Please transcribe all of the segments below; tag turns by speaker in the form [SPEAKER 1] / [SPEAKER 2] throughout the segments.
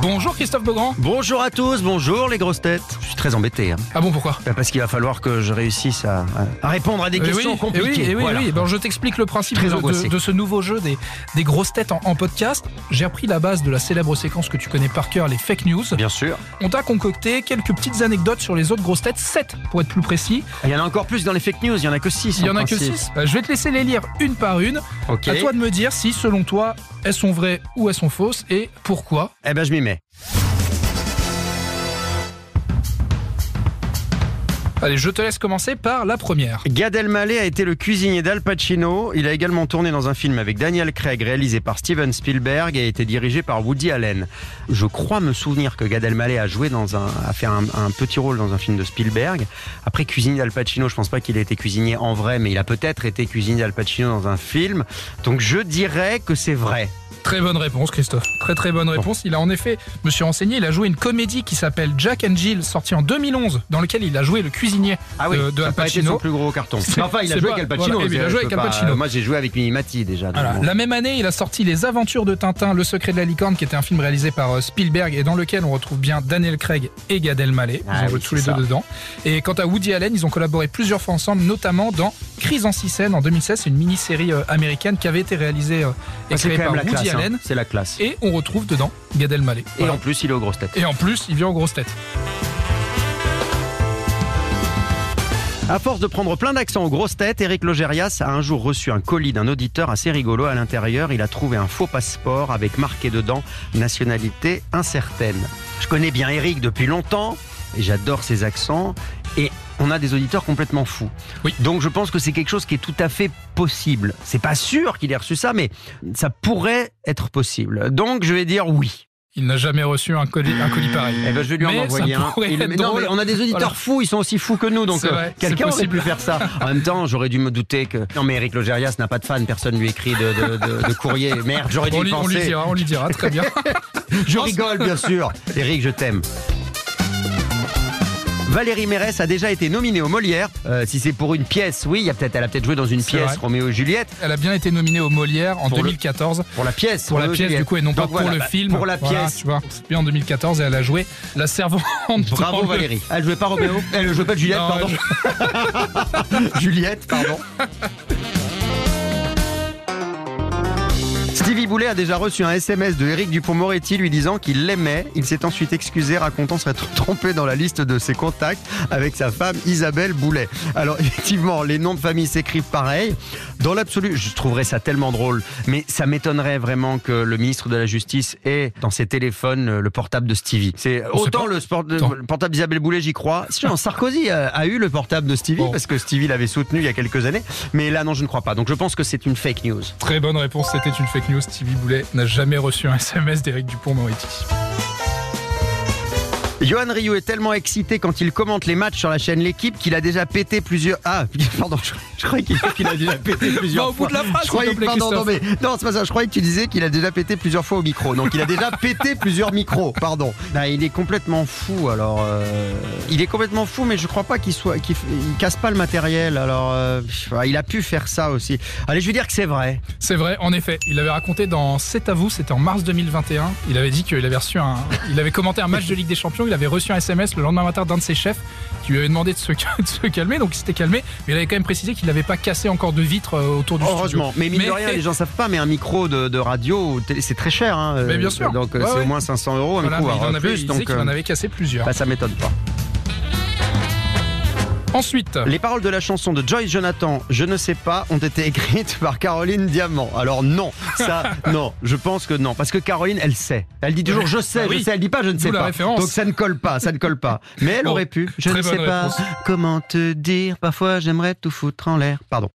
[SPEAKER 1] Bonjour Christophe Beaugrand.
[SPEAKER 2] Bonjour à tous, bonjour les grosses têtes. Je suis très embêté. hein.
[SPEAKER 1] Ah bon, pourquoi
[SPEAKER 2] Ben, Parce qu'il va falloir que je réussisse à, à répondre à des
[SPEAKER 1] Eh oui,
[SPEAKER 2] questions
[SPEAKER 1] eh oui,
[SPEAKER 2] compliquées.
[SPEAKER 1] eh oui,
[SPEAKER 2] Voilà.
[SPEAKER 1] oui. Ben, je t'explique le principe
[SPEAKER 2] Très
[SPEAKER 1] de, de-
[SPEAKER 2] angoissé.
[SPEAKER 1] de ce nouveau jeu des, des grosses têtes en, en podcast. J'ai appris la base de la célèbre séquence que tu connais par cœur, les fake news.
[SPEAKER 2] Bien sûr.
[SPEAKER 1] On t'a concocté quelques petites anecdotes sur les autres grosses têtes, 7 pour être plus précis.
[SPEAKER 2] Il y en a encore plus dans les fake news, il y en a que 6.
[SPEAKER 1] Il y en a que 6. Je vais te laisser les lire une par une.
[SPEAKER 2] Ok.
[SPEAKER 1] À toi de me dire si, selon toi, elles sont vraies ou elles sont fausses et pourquoi.
[SPEAKER 2] Eh ben je m'y mets.
[SPEAKER 1] Allez, je te laisse commencer par la première.
[SPEAKER 2] Gad Elmaleh a été le cuisinier d'Al Pacino. Il a également tourné dans un film avec Daniel Craig, réalisé par Steven Spielberg et a été dirigé par Woody Allen. Je crois me souvenir que Gad Elmaleh a joué dans un, a fait un, un petit rôle dans un film de Spielberg. Après cuisinier d'Al Pacino, je pense pas qu'il ait été cuisinier en vrai, mais il a peut-être été cuisinier d'Al Pacino dans un film. Donc je dirais que c'est vrai.
[SPEAKER 1] Très bonne réponse, Christophe. Très très bonne réponse. Il a en effet, je me suis renseigné, il a joué une comédie qui s'appelle Jack and Jill, sortie en 2011, dans laquelle il a joué le cuisinier de, de
[SPEAKER 2] ça
[SPEAKER 1] Al
[SPEAKER 2] a pas été son
[SPEAKER 1] Pacino.
[SPEAKER 2] plus gros carton.
[SPEAKER 1] C'est-
[SPEAKER 2] Ah Enfin, il a
[SPEAKER 1] c'est
[SPEAKER 2] joué
[SPEAKER 1] pas-
[SPEAKER 2] avec Al Pacino.
[SPEAKER 1] voilà, et il a
[SPEAKER 2] je
[SPEAKER 1] joué
[SPEAKER 2] peux
[SPEAKER 1] avec Al
[SPEAKER 2] pas-
[SPEAKER 1] Pacino.
[SPEAKER 2] Moi, j'ai joué avec Mimimati déjà. donc
[SPEAKER 1] Voilà.
[SPEAKER 2] bon.
[SPEAKER 1] La même année, il a sorti Les Aventures de Tintin, Le Secret de la Licorne, qui était un film réalisé par euh, Spielberg et dans lequel on retrouve bien Daniel Craig et Gad Elmaleh. Ils
[SPEAKER 2] Ah
[SPEAKER 1] ont
[SPEAKER 2] oui,
[SPEAKER 1] joué tous les
[SPEAKER 2] c'est ça.
[SPEAKER 1] deux dedans. Et quant à Woody Allen, ils ont collaboré plusieurs fois ensemble, notamment dans Crise en six scènes en 2016. C'est une mini-série euh, américaine qui avait été réalisée euh, et
[SPEAKER 2] Ah, C'est
[SPEAKER 1] créée
[SPEAKER 2] quand
[SPEAKER 1] par
[SPEAKER 2] même la
[SPEAKER 1] Woody
[SPEAKER 2] classe. hein.
[SPEAKER 1] Allen.
[SPEAKER 2] C'est la classe.
[SPEAKER 1] Et on retrouve dedans Gad Elmaleh.
[SPEAKER 2] Et
[SPEAKER 1] Voilà.
[SPEAKER 2] en plus, il est aux grosses têtes.
[SPEAKER 1] Et en plus, il vient en grosse tête.
[SPEAKER 2] À force de prendre plein d'accents aux grosses têtes, Eric Logérias a un jour reçu un colis d'un auditeur assez rigolo à l'intérieur. Il a trouvé un faux passeport avec marqué dedans nationalité incertaine. Je connais bien Eric depuis longtemps et j'adore ses accents et on a des auditeurs complètement fous.
[SPEAKER 1] Oui.
[SPEAKER 2] Donc je pense que c'est quelque chose qui est tout à fait possible. C'est pas sûr qu'il ait reçu ça, mais ça pourrait être possible. Donc je vais dire oui.
[SPEAKER 1] Il n'a jamais reçu un colis, un colis pareil.
[SPEAKER 2] Eh ben, je vais lui en
[SPEAKER 1] Mais ça
[SPEAKER 2] envoyer un.
[SPEAKER 1] pourrait
[SPEAKER 2] Il-
[SPEAKER 1] être
[SPEAKER 2] mais non,
[SPEAKER 1] drôle.
[SPEAKER 2] mais on a des auditeurs
[SPEAKER 1] Voilà.
[SPEAKER 2] fous, ils sont aussi fous que nous, donc
[SPEAKER 1] C'est
[SPEAKER 2] euh,
[SPEAKER 1] vrai,
[SPEAKER 2] quelqu'un
[SPEAKER 1] c'est
[SPEAKER 2] aurait pu
[SPEAKER 1] possible.
[SPEAKER 2] faire ça. En même temps, j'aurais dû me douter que. Non, mais Eric Logérias n'a pas de fan, personne lui écrit de, de- de- de courrier. Merde, j'aurais dû
[SPEAKER 1] On
[SPEAKER 2] y
[SPEAKER 1] lui, on lui
[SPEAKER 2] penser.
[SPEAKER 1] dira, on lui dira, très bien.
[SPEAKER 2] Je rigole, bien sûr. Eric, je t'aime. Valérie Mérès a déjà été nominée au Molière. Euh, si c'est pour une pièce, oui, il y a peut-être, elle a peut-être joué dans une
[SPEAKER 1] C'est
[SPEAKER 2] pièce
[SPEAKER 1] vrai.
[SPEAKER 2] Roméo et Juliette.
[SPEAKER 1] Elle a bien été nominée au Molière en
[SPEAKER 2] Pour le-
[SPEAKER 1] 2014.
[SPEAKER 2] Pour la pièce.
[SPEAKER 1] Pour la
[SPEAKER 2] Roméo et
[SPEAKER 1] pièce,
[SPEAKER 2] Juliette.
[SPEAKER 1] du coup, et non pas
[SPEAKER 2] Donc
[SPEAKER 1] pour
[SPEAKER 2] voilà,
[SPEAKER 1] le
[SPEAKER 2] bah,
[SPEAKER 1] film.
[SPEAKER 2] Pour la
[SPEAKER 1] Voilà,
[SPEAKER 2] pièce.
[SPEAKER 1] tu vois, c'est bien en 2014 et elle a joué la servante. dans
[SPEAKER 2] Bravo
[SPEAKER 1] le-
[SPEAKER 2] Valérie. Elle jouait pas Roméo. Elle jouait pas Juliette,
[SPEAKER 1] Non,
[SPEAKER 2] pardon. Juliette, pardon. Stevie Boulet a déjà reçu un SMS de Éric Dupont-Moretti lui disant qu'il l'aimait. Il s'est ensuite excusé, racontant s'être trompé dans la liste de ses contacts avec sa femme Isabelle Boulet. Alors effectivement, les noms de famille s'écrivent pareil. Dans l'absolu, je trouverais ça tellement drôle, mais ça m'étonnerait vraiment que le ministre de la Justice ait dans ses téléphones euh, le portable de Stevie. C'est
[SPEAKER 1] On sait
[SPEAKER 2] autant
[SPEAKER 1] pas.
[SPEAKER 2] Oh, le, sport-
[SPEAKER 1] Attends.
[SPEAKER 2] le portable d'Isabelle Boulet, j'y crois. Si, non, Sarkozy a, a eu le portable de Stevie
[SPEAKER 1] Bon.
[SPEAKER 2] parce que Stevie l'avait soutenu il y a quelques années, mais là non, je ne crois pas. Donc je pense que c'est une fake news.
[SPEAKER 1] Très bonne réponse, c'était une fake news. Stevie Boulet n'a jamais reçu un SMS d'Éric Dupont-Moretti.
[SPEAKER 2] Johan Ryu est tellement excité quand il commente les matchs sur la chaîne L'équipe qu'il a déjà pété plusieurs. Ah, pardon, je, je croyais qu'il qu'il a déjà pété
[SPEAKER 1] Va
[SPEAKER 2] plusieurs
[SPEAKER 1] Bah, au bout
[SPEAKER 2] fois.
[SPEAKER 1] de la phrase,
[SPEAKER 2] je croyais,
[SPEAKER 1] s'il te plaît,
[SPEAKER 2] pardon, non,
[SPEAKER 1] Christophe.
[SPEAKER 2] mais, non, c'est pas ça. Je croyais que tu disais qu'il a déjà pété plusieurs fois au micro. Donc il a déjà pété plusieurs micros, pardon. Là, Bah, il est complètement fou. Alors, euh, il est complètement fou, mais je crois pas qu'il soit, qu'il f- il casse pas le matériel. Alors, euh, pff, il a pu faire ça aussi. Allez, je vais dire que c'est vrai.
[SPEAKER 1] C'est vrai, en effet. Il avait raconté dans C'est à vous, c'était en mars 2021. Il avait dit qu'il avait reçu un. Il avait commenté un match de Ligue des Champions. Il avait reçu un SMS le lendemain matin d'un de ses chefs qui lui avait demandé de se, de se calmer. Donc il s'était calmé. Mais il avait quand même précisé qu'il n'avait pas cassé encore de vitres euh, autour du studio.
[SPEAKER 2] Heureusement, mais mine de
[SPEAKER 1] Mais-
[SPEAKER 2] rien, les gens savent pas, mais un micro de, de radio, ou télé, c'est très cher. hein.
[SPEAKER 1] Mais bien
[SPEAKER 2] Euh,
[SPEAKER 1] sûr.
[SPEAKER 2] Donc euh,
[SPEAKER 1] Ouais,
[SPEAKER 2] c'est
[SPEAKER 1] ouais.
[SPEAKER 2] au moins 500 euros un
[SPEAKER 1] Voilà, mais il
[SPEAKER 2] micro.
[SPEAKER 1] en
[SPEAKER 2] alors,
[SPEAKER 1] avait,
[SPEAKER 2] plus,
[SPEAKER 1] il disait
[SPEAKER 2] donc
[SPEAKER 1] qu'il en
[SPEAKER 2] euh,
[SPEAKER 1] avait cassé plusieurs.
[SPEAKER 2] bah, ça m'étonne pas.
[SPEAKER 1] Ensuite,
[SPEAKER 2] Les paroles de la chanson de Joyce Jonathan, Je ne sais pas, ont été écrites par Caroline Diamant. Alors non, ça, non, je pense que non, parce que Caroline, elle sait. Elle dit toujours Je sais,
[SPEAKER 1] Ah
[SPEAKER 2] je
[SPEAKER 1] oui.
[SPEAKER 2] sais. Elle dit pas Je ne
[SPEAKER 1] D'où
[SPEAKER 2] sais
[SPEAKER 1] la
[SPEAKER 2] pas.
[SPEAKER 1] référence.
[SPEAKER 2] Donc ça ne colle pas, ça ne colle pas. Mais elle
[SPEAKER 1] Bon,
[SPEAKER 2] aurait pu. Je
[SPEAKER 1] très
[SPEAKER 2] ne sais
[SPEAKER 1] bonne
[SPEAKER 2] pas
[SPEAKER 1] réponse.
[SPEAKER 2] comment te dire. Parfois, j'aimerais tout foutre en l'air. Pardon.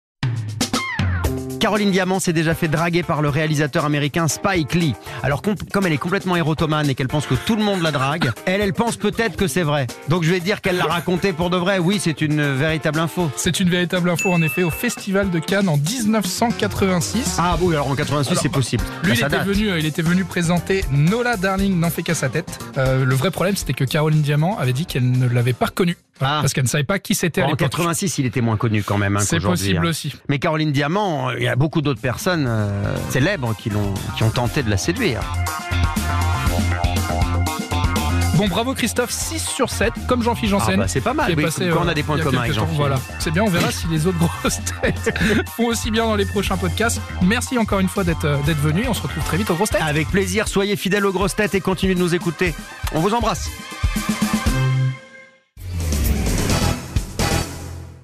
[SPEAKER 2] Caroline Diamant s'est déjà fait draguer par le réalisateur américain Spike Lee. Alors com- comme elle est complètement érotomane et qu'elle pense que tout le monde la drague, elle, elle pense peut-être que c'est vrai. Donc je vais dire qu'elle l'a raconté pour de vrai. Oui, c'est une euh, véritable info.
[SPEAKER 1] C'est une véritable info en effet au Festival de Cannes en 1986.
[SPEAKER 2] Ah oui, alors en 86,
[SPEAKER 1] Alors,
[SPEAKER 2] c'est possible.
[SPEAKER 1] Lui,
[SPEAKER 2] Bah,
[SPEAKER 1] il
[SPEAKER 2] ça
[SPEAKER 1] était,
[SPEAKER 2] date.
[SPEAKER 1] venu, euh, il était venu présenter Nola Darling n'en fait qu'à sa tête. Euh, le vrai problème, c'était que Caroline Diamant avait dit qu'elle ne l'avait pas reconnu.
[SPEAKER 2] Ah.
[SPEAKER 1] Parce qu'elle ne savait pas qui c'était à
[SPEAKER 2] En
[SPEAKER 1] l'époque.
[SPEAKER 2] 86, il était moins connu quand même. hein,
[SPEAKER 1] C'est
[SPEAKER 2] qu'aujourd'hui,
[SPEAKER 1] possible
[SPEAKER 2] hein.
[SPEAKER 1] aussi.
[SPEAKER 2] Mais Caroline Diamant, il y a beaucoup d'autres personnes euh, célèbres qui, l'ont, qui ont tenté de la séduire.
[SPEAKER 1] Bon, bravo Christophe, 6 sur 7, comme Jean-Philippe
[SPEAKER 2] Ah
[SPEAKER 1] Janssen.
[SPEAKER 2] bah, c'est pas
[SPEAKER 1] qui
[SPEAKER 2] mal.
[SPEAKER 1] est
[SPEAKER 2] Oui,
[SPEAKER 1] passé,
[SPEAKER 2] quand
[SPEAKER 1] euh,
[SPEAKER 2] on a des points
[SPEAKER 1] il y a
[SPEAKER 2] communs avec
[SPEAKER 1] quelques temps.
[SPEAKER 2] Jean.
[SPEAKER 1] Voilà, c'est bien, on verra si les autres grosses têtes font aussi bien dans les prochains podcasts. Merci encore une fois d'être euh, d'être venu, on se retrouve très vite aux grosses têtes.
[SPEAKER 2] Avec plaisir, soyez fidèles aux grosses têtes et continuez de nous écouter. On vous embrasse.